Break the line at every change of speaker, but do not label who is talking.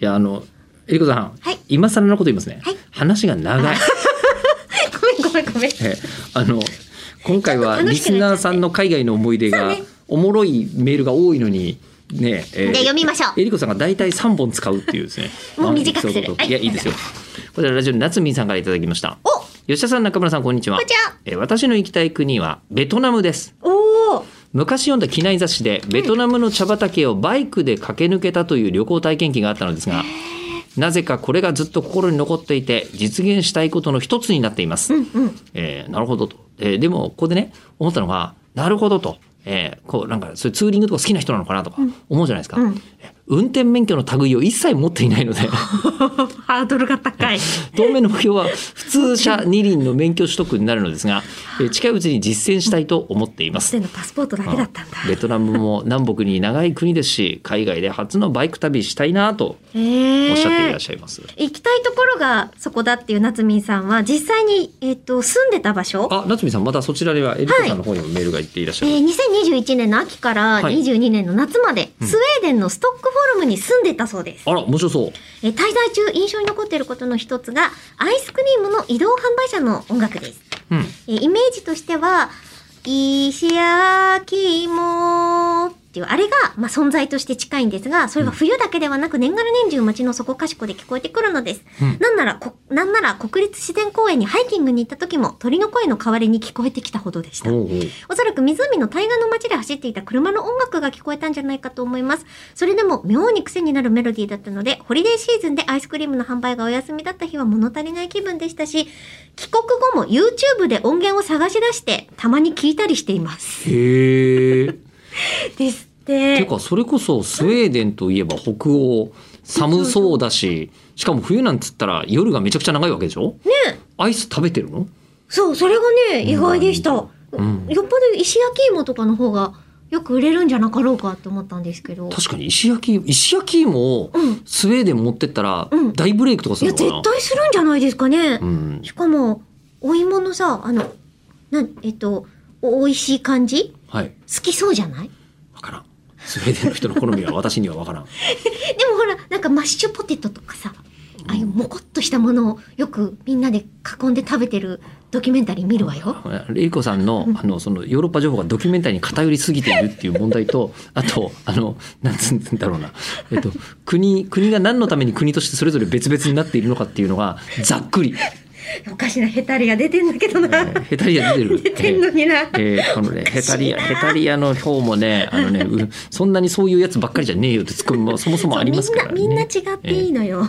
いやあのえりこさん、
はい
今更のこと言いますね、
はい
話が長い
ごめんごめんごめん。
えあの今回は
ちょっ
リ
と楽しく
ス
なっちゃって
ナーさんの海外の思い出が、
そうね
おもろいメールが多いのにねえ
じゃあ読みましょう
えりこさんが大体3本使うっていうですね
もう短くする
エピソード
は
と
い
いやいいですよこれはラジオの夏みんさんからいただきました
お
吉田さん中村さんこんにちは
こんにちは
えー私の行きたい国はベトナムです
おお
昔読んだ機内雑誌でベトナムの茶畑をバイクで駆け抜けたという旅行体験記があったのですがなぜかこれがずっと心に残っていて実現したいことの一つになっています、えーなるほどと、えーでもここでね思ったのがなるほどと、えーこうなんかそういうツーリングとか好きな人なのかなとか思うじゃないですか、運転免許の類を一切持っていないの で
ハードルが高 い。
当面の目標は普通車二輪の免許取得になるのですが、えー近いうちに実践したいと思っています
すでのパスポートだけだったんだ。
ベトナムも南北に長い国ですし海外で初のバイク旅したいなと
ええ
おっしゃっていらっしゃいます、
行きたいところがそこだっていう夏美さんは実際に、えっと住んでた場所、
あ夏美さんまたそちらではエリコさんの方にもメールが行っていらっし
え
ゃる、
ー、2021年の秋から
はい
22年の夏まで、スウェーデンのストックフォルムに住んでたそうです、
あら面白そう
えー滞在中印象に残っていることの一つがアイスクリームの移動販売車の音楽です、
うん
えーイメージとしては石焼き芋っていうあれが、まあ、存在として近いんですがそれが冬だけではなく年がら年中街の底かしこで聞こえてくるのです、
うん
なんならこなんなら国立自然公園にハイキングに行った時も鳥の声の代わりに聞こえてきたほどでした
おうおう
おそらく湖の対岸の街で走っていた車の音楽が聞こえたんじゃないかと思います。それでも妙に癖になるメロディーだったので、ホリデーシーズンでアイスクリームの販売がお休みだった日は物足りない気分でしたし、帰国後も YouTube で音源を探し出して、たまに聞いたりしています。
へえ
ですってて。
かそれこそスウェーデンといえば北欧寒そうだししかも冬なんつったら夜がめちゃくちゃ長いわけでしょ
ね
アイス食べてるの
そう、それがね、意外でした。よっ
ん
ぽど石焼き芋とかの方がよく売れるんじゃなかろうかと思ったんですけど。
確かに石焼き石焼き芋を
うん
スウェーデン持ってったら
うん
大ブレイクとかす
いや、
るのかな、
絶対するんじゃないですかね。
うん、
しかも、お芋のさ、あの、なん、えっと、お美味しい感じ
はい
好きそうじゃない
わからん。スウェーデンの人の好みは私にはわからん。
えでもほら、なんかマッシュポテトとかさ、ああいうモコっとしたものをよくみんなで囲んで食べてるドキュメンタリー見るわよ。
レイコさんのあのそのヨーロッパ情報がドキュメンタリーに偏りすぎているっていう問題 と、あとあのなんつうんだろうな、えっと国国が何のために国としてそれぞれ別々になっているのかっていうのがざっくり、
おかしなヘタレが出てんだけどな。
えーヘタリア出てる。
出てんのにな。
えーこのね、ヘタリア、ヘタリアの表もね、あのね、うそんなにそういうやつばっかりじゃねえよってツッコミもそもそもありますからね。
そうみんな、みんな違っていいのよ。